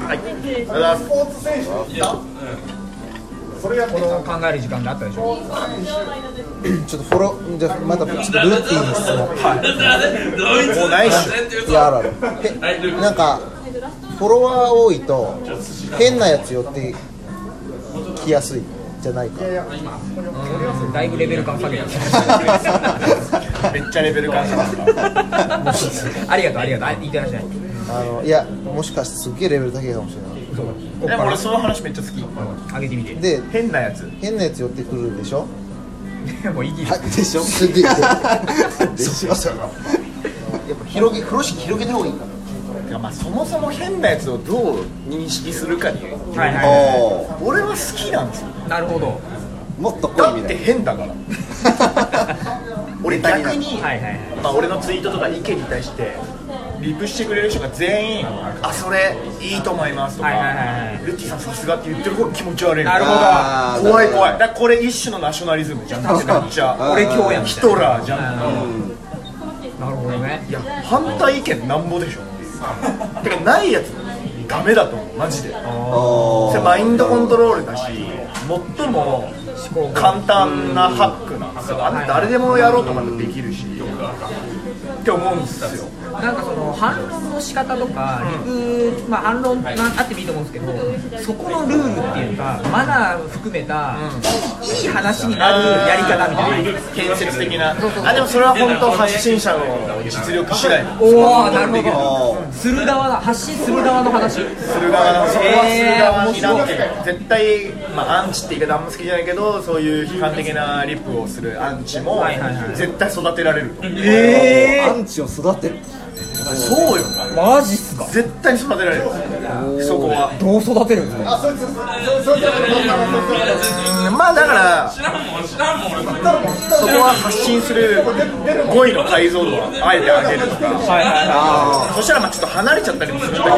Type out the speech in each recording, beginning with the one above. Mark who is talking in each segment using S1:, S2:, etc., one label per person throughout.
S1: はい、ありがとうございます
S2: スポーツ選手にいたそれやって
S3: こ
S2: た
S3: れを
S2: ス
S3: 考える時間があったでしょ
S2: ポーツ選
S4: ちょっとフォローじゃあまたちょっとルーティンの質問
S1: ドイツ
S5: もうないっし
S4: いやあるあるへなんかフォロワー多いと変なやつ寄ってきやすいじゃないか
S3: だいぶレベル感下げた
S5: めっちゃレベル感謝だった
S3: ありがとうありがとうあ言ってらっしゃい
S4: あのいやもしかしてすっげえレベル高いかもしれない
S3: そうこっ
S5: で
S3: か
S5: も俺
S3: ら
S5: その話めっちゃ好き
S3: 上げてみて
S4: で
S5: 変なやつ
S4: 変なやつ寄ってくるでしょ
S3: もういいです
S4: はいでしょすげえ でしょやっぱ広げ風呂敷広げた方がいいか
S5: いやまあそもそも変なやつをどう認識するかによる
S3: はいはい
S4: ら
S3: は
S4: お
S5: 俺は好きなんですよ
S3: いなるほど
S4: おもっと濃
S5: だ
S4: い
S5: っ
S4: み
S5: て
S4: たい
S5: 変だから俺逆に、
S3: はいはいはい
S5: まあ、俺のツイートとか意見に対してリプしてくれる人が全員「あそれいいと思います」とか
S3: はいはいはいは
S5: 「ルッティさんさすが」って言ってる方が気持ち悪い
S3: なるほど
S4: あー
S5: 怖い
S4: な
S5: 怖
S4: る
S5: いだからこれ一種のナショナリズムじゃんめっちゃ
S3: 俺今日やん
S5: ヒトラーじゃん
S3: なるほどね
S5: いや反対意見なんぼでしょてかないやつダメだと思うマジで
S4: ほ
S5: それ
S4: ど
S5: マインドコントロールだし最も簡単なハックなんですよあの誰でもやろうとかできるしって思うんですよ
S3: なんかその反論の仕方とか理屈、まあ、反論があってもいいと思うんですけどそこのルールっていうかマナー含めたいい話になるやり方みたいな
S5: 建設的なあでもそれは本当発信者の実力次第
S3: おおなるほど
S4: おー
S3: する側だ発信する側の話
S5: する側のそこはする側になって
S3: え
S5: る絶対、まあ、アンチって言い方あんま好きじゃないけどそういう批判的なリップをするアンチも
S3: はいはいはい
S5: 絶対育てられると
S3: え
S4: アンチを育てる
S5: そうよ
S3: ー、マジっすか
S5: 絶対に育てられるそこは
S3: どう育てるんですか
S5: まあだから
S6: 知らんもん知らんもん俺
S5: そこは発信する語彙の解像度をあえて上げるとか、そしたらまあちょっと離れちゃったりもするんだけど、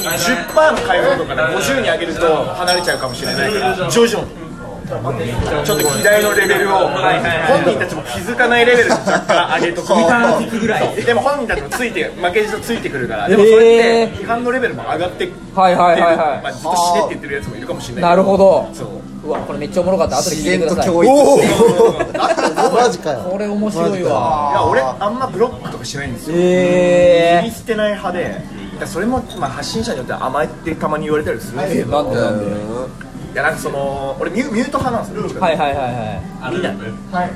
S5: 一気に10%の解像度から50に上げると離れちゃうかもしれないから、徐々に。ちょっと議題のレベルを本人たちも気づかないレベルに若干上げとこ
S3: 半
S5: う
S3: 月ぐらい
S5: でも本人たちもついて負けじとついてくるからでもそれって批判のレベルも上がってってる
S3: はいはいはいはい
S5: まあずっと死ねって言ってるやつもいるかもしれない
S3: なるほど
S5: どそう
S3: うわこれめっちゃおもろかった後で
S4: 自
S3: 聞いて
S4: 然
S3: くだ
S4: と
S3: さい
S4: 教育マジかよ
S3: これ面白いわ
S5: いや俺あんまブロックとかしないんですよ
S3: え
S5: 切り捨てない派でだからそれも、まあ、発信者によっては甘えってたまに言われたりするんですけ
S3: ー、
S5: ど
S3: なんでなんで
S5: いやなんかその俺ミュミュート派なんですよどっちか
S3: は
S5: って
S3: いはいはいはい
S5: いう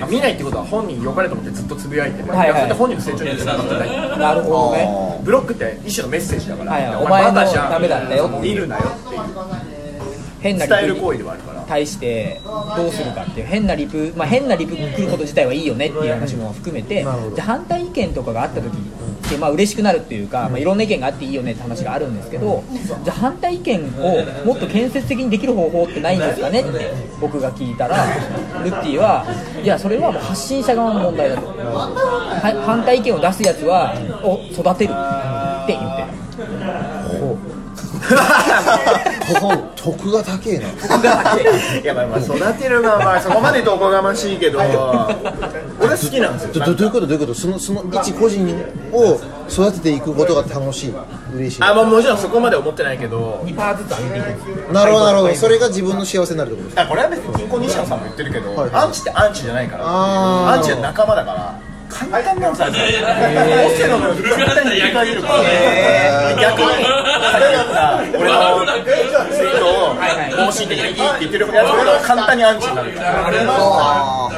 S5: と見ないってことは本人に良かれと思ってずっとつぶやいてる、
S3: はいはい
S5: それって本人の成長にはつながってない
S3: なるほどね
S5: ブロックって一種のメッセージだから、
S3: はいはい
S5: お前
S3: お前の
S5: バカじゃん
S3: ダメだったよって
S5: いるなよっていう
S3: 変な
S5: 伝え
S3: リプ
S5: る
S3: に
S5: 行為ではあるから
S3: 対してどうするかっていう変なリプ、まあ、変なリプ来ること自体はいいよねっていう話も含めてじゃあ反対意見とかがあった時ってまあ嬉しくなるっていうか、まあ、いろんな意見があっていいよねって話があるんですけどじゃあ反対意見をもっと建設的にできる方法ってないんですかねって僕が聞いたらルッティはいやそれはもう発信者側の問題だとは反対意見を出すやつはを育てるって言ってる。
S4: 徳が高えない
S5: やまあまあ育てるのはまあそこまで言うとおこがましいけど俺好きなんですよ
S4: どどどういうことどういうことそのその一個人を育てていくことが楽しい嬉しい
S5: あ、まあ、もちろんそこまで思ってないけど
S3: 2パーずつ上げていく
S4: なるほどなるほどそれが自分の幸せになるってことです
S5: あこれは別に銀行西野さんも言ってるけど、
S4: はいはい
S5: アンチってアンチじゃないから
S4: あー
S5: アンチは仲間だから簡単なんですよオセロのように簡単に言い換えるから、
S4: へー
S5: 逆に例えば俺のツイートを方針的にいいって言ってるやつ俺は簡単にアンチになるから
S4: あ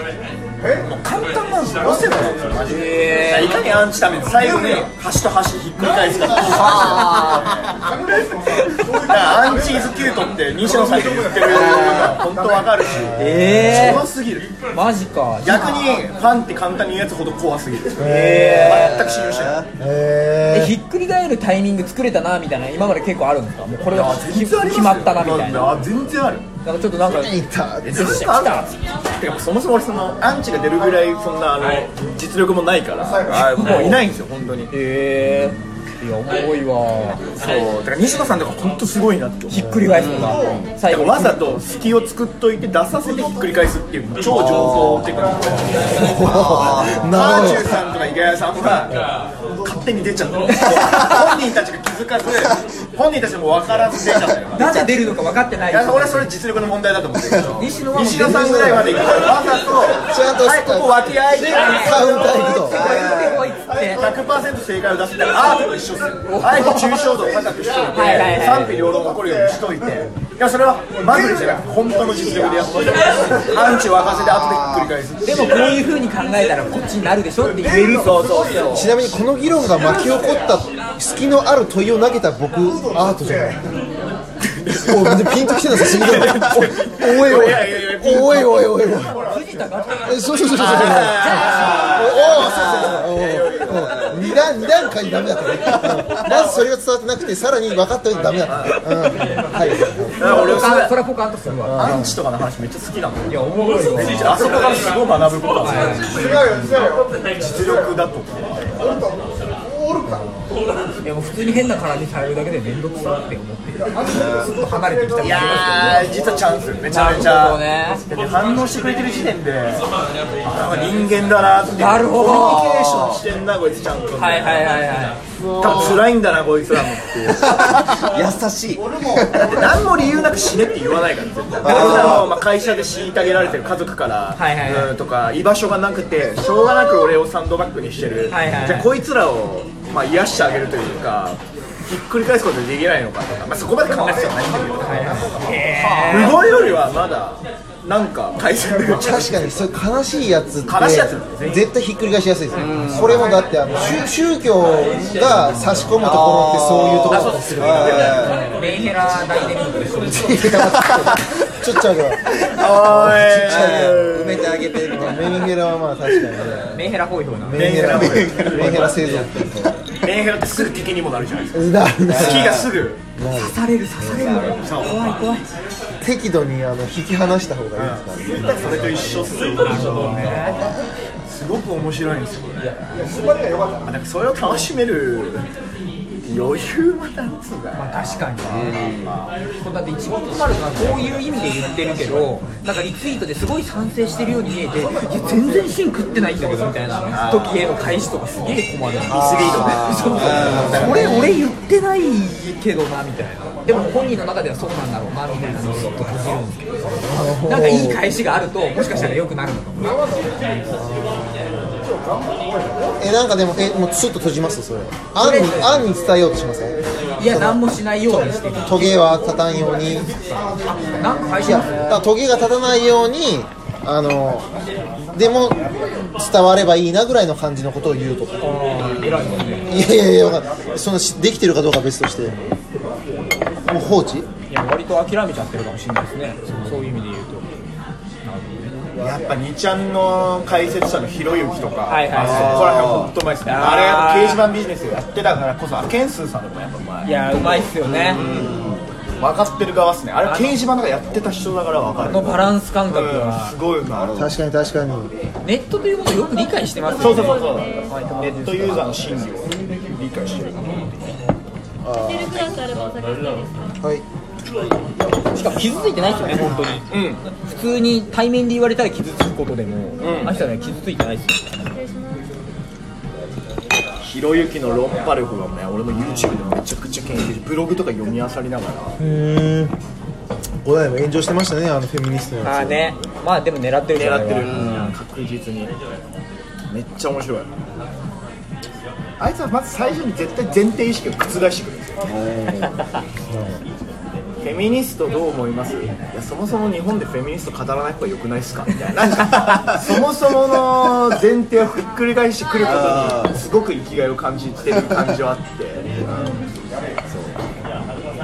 S4: ー
S5: もう簡単なんですよオセロなんですよマジでいかにアンチために最後に端と端ひっくり返すかだからアンチーズキュートって西野さんに言ってるのが本当わかるし
S3: え
S5: すごすぎる
S3: ー、マジか
S5: 逆にファンって簡単に言うやつほど怖すぎる全く信用してない
S4: へ
S3: えひっくり返るタイミング作れたなみたいな今まで結構あるんですかもうこれは決まったなみたいな
S5: あ全然ある
S3: なんかちょっとなんか
S4: えいた
S5: え全然あるてかそもそも俺そのアンチが出るぐらいそんなあの実力もないからあもういないんですよ本当に
S3: えー、いやおもろいわ
S5: そうだから西野さんとか本当すごいなって思う
S3: ひっくり返すのが
S5: だ
S3: 最
S5: か
S3: 後
S5: らわざと隙を作っといて出させてひっくり返すっていう超情報テクニック
S4: あー
S5: ハ
S4: な
S5: ー
S4: る
S5: チ
S4: ほ
S5: ューさんとか池谷さんは勝手に出ちゃった本人たちが気づかず本人たちも分からず出ちゃったよ
S3: なぜ出るのか分かってない
S5: いや俺はそれ実力の問題だと思ってるけど
S3: 西野はもう
S5: 西野さんぐらいまで行くからわざと
S4: ちゃんと
S5: はいここ脇あいて
S4: カウンター行くと
S3: はいはい
S5: 100%正解を出すからアートと一緒ですよあえて抽象度を高くしといて
S3: はいはいはい
S5: 賛否両論起こるようにしといていやそれはマグリじゃなくて本当の実力でやってほしいアンチ沸かせて後でひっくり返す
S3: でもこういう風に考えたらこっちになるでしょって言える
S5: そうそうそう
S4: ちなみにこの議論が巻き起こった隙のある問いを投げた僕アートじゃないお全然ピンときてないですよおおいおいおいおいおいおい
S3: 藤田が
S4: えそうそうそうそうそうおおそうそうそうおお二段二段階ダメだったねまずそれが伝わってなくてさらに分かったよダメだったうんはい
S5: 俺
S3: ポカンそれはポカンとするわ
S5: アンチとかの話めっちゃ好きなのいや思うよあそこからすごい学ぶことがある
S2: 違うよ違うよ
S5: 実力だと
S2: おるか
S3: いやもう普通に変な絡みされるだけで面倒くさって思ってるすっと離れてきた
S5: い
S3: りする
S5: やー実はチャンスめちゃめち
S3: なるほど
S5: ゃ
S3: ね
S5: 反応してくれてる時点であ人間だなって
S3: なるほど
S5: コミュニケーションしてんなこいつちゃんと
S3: はいはいはいは
S5: 多分辛いんだなこいつらもっていう優しいだって何も理由なく死ねって言わないから絶対俺らもまあ会社で虐げられてる家族から、
S3: はいはいはい
S5: うんとか居場所がなくてしょうがなく俺をサンドバッグにしてる、
S3: はいはいはい
S5: じゃあこいつらを、まあ、癒してあげるというかひっくり返すことできないのかとか、まあ、そこまで考えてはないんだけど、無謀よりはまだなんか改善できる
S4: 確かにそういう悲しいやつって
S5: 悲しいやつなんですね
S4: 絶対ひっくり返しやすいですよこれもだってあの宗宗教が差し込むところってそういうところだったりするから
S3: いレイヘラ大デビューと一 緒に
S4: ちょっちゃうから
S5: お
S4: 埋
S5: ーい
S4: めてあげてみたいなメンヘラはまあ確かにね
S3: メンヘラ包囲法な
S4: メンヘラメンヘラ製造っていうか
S5: メンヘラってすぐ敵にもなるじゃないですか
S4: だから
S5: 好きがすぐ
S3: 刺される刺される怖い怖い
S4: 適度にあの引き離した方がいいですからね
S5: それと一緒っすよすごく面白いんですよね
S2: すばりがよかった
S5: なんかそれを楽しめる余裕もなんつうか
S3: 確かにこれだって一番困るのはこういう意味で言ってるけどなんかリツイートですごい賛成してるように見えていや全然芯食ってないんだけどみたいな時への返しとかすげえ困るリスリードねそうそう俺俺言ってないけどなみたいなでも本人の中ではそうなんだろうなみたいなのをずっと感じるんですけどなんかいい返しがあるともしかしたら良くなるのかも
S4: えなんかでもえもうスッと閉じますそれ案に案に伝えようとしません
S3: いや何もしないようにしてる
S4: トゲは立たんようにい
S3: なんか返し
S4: や
S3: ま
S4: だ
S3: す
S4: からトゲが立たないようにあのでも伝わればいいなぐらいの感じのことを言うとか
S3: 偉いもんね
S4: いやいやいやわかんないそのしできてるかどうかは別としてもう放置
S3: いや割と諦めちゃってるかもしれないですねそういう意味で言うと
S5: やっぱ2ちゃんの解説者のひろゆきとか、
S3: はいはい
S5: あそこら辺ほんとうまいっすね
S3: あー
S5: あれやっぱ掲示板ビジネスやってたからこそケンスーさんとかもやっぱうまい
S3: いやうまいっすよね、
S5: 分かってる側っすねあれ掲示板とかやってた人だから分か
S3: あ
S5: る
S3: のバランス感覚
S5: うん
S3: は
S5: すごいうまい
S4: 確かに確かに
S3: ネットというものをよく理解してます
S5: そ
S3: よ
S5: う
S3: ね
S5: そうそうそうネットユーザーの心理を理解してる
S6: てるクラスあればお酒好きですか
S4: はい
S3: しかも傷ついてないですよね本当に
S5: うん
S3: 普通に対面で言われたら傷つくことでも、あの人はね傷ついてないですよ
S5: ひろゆきの論破力がね、俺も YouTube でめちゃくちゃ研究して、ブログとか読み漁りながら、
S4: うんお題も炎上してましたねあのフェミニストの
S3: ああ
S4: やつ
S3: ねまあでも狙ってるから
S5: 狙ってる、確実に、めっちゃ面白い。あいつはまず最初に絶対前提意識を覆してくるんですよ。フェミニストどう思いますいやそもそも日本でフェミニスト語らない方が良くない ですかみたいななんかそもそもの前提をひっくり返してくることにすごく生きがいを感じてる感じはあって、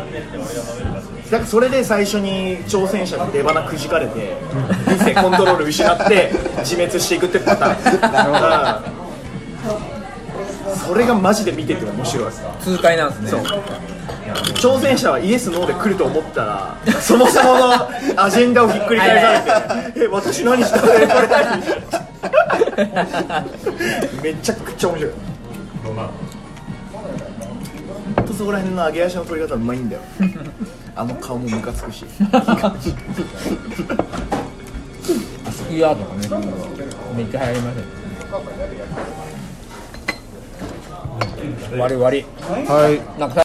S5: だからそれで最初に挑戦者が出花くじかれて人生コントロール失って自滅していくってパターンうんそれがマジで見てて面白いです
S3: 痛快なんですね
S5: そう挑戦者はイエス・ノーで来ると思ったらそもそものアジェンダをひっくり返されて「え私何したのえこれ何?」みたいなめちゃくちゃ面白いほんとそこら辺の上げ足の取り方うまいんだよあの顔もムカつくし
S3: スキーアートがねめっちゃ流行りましたよ悪い悪い
S4: はい
S3: なんか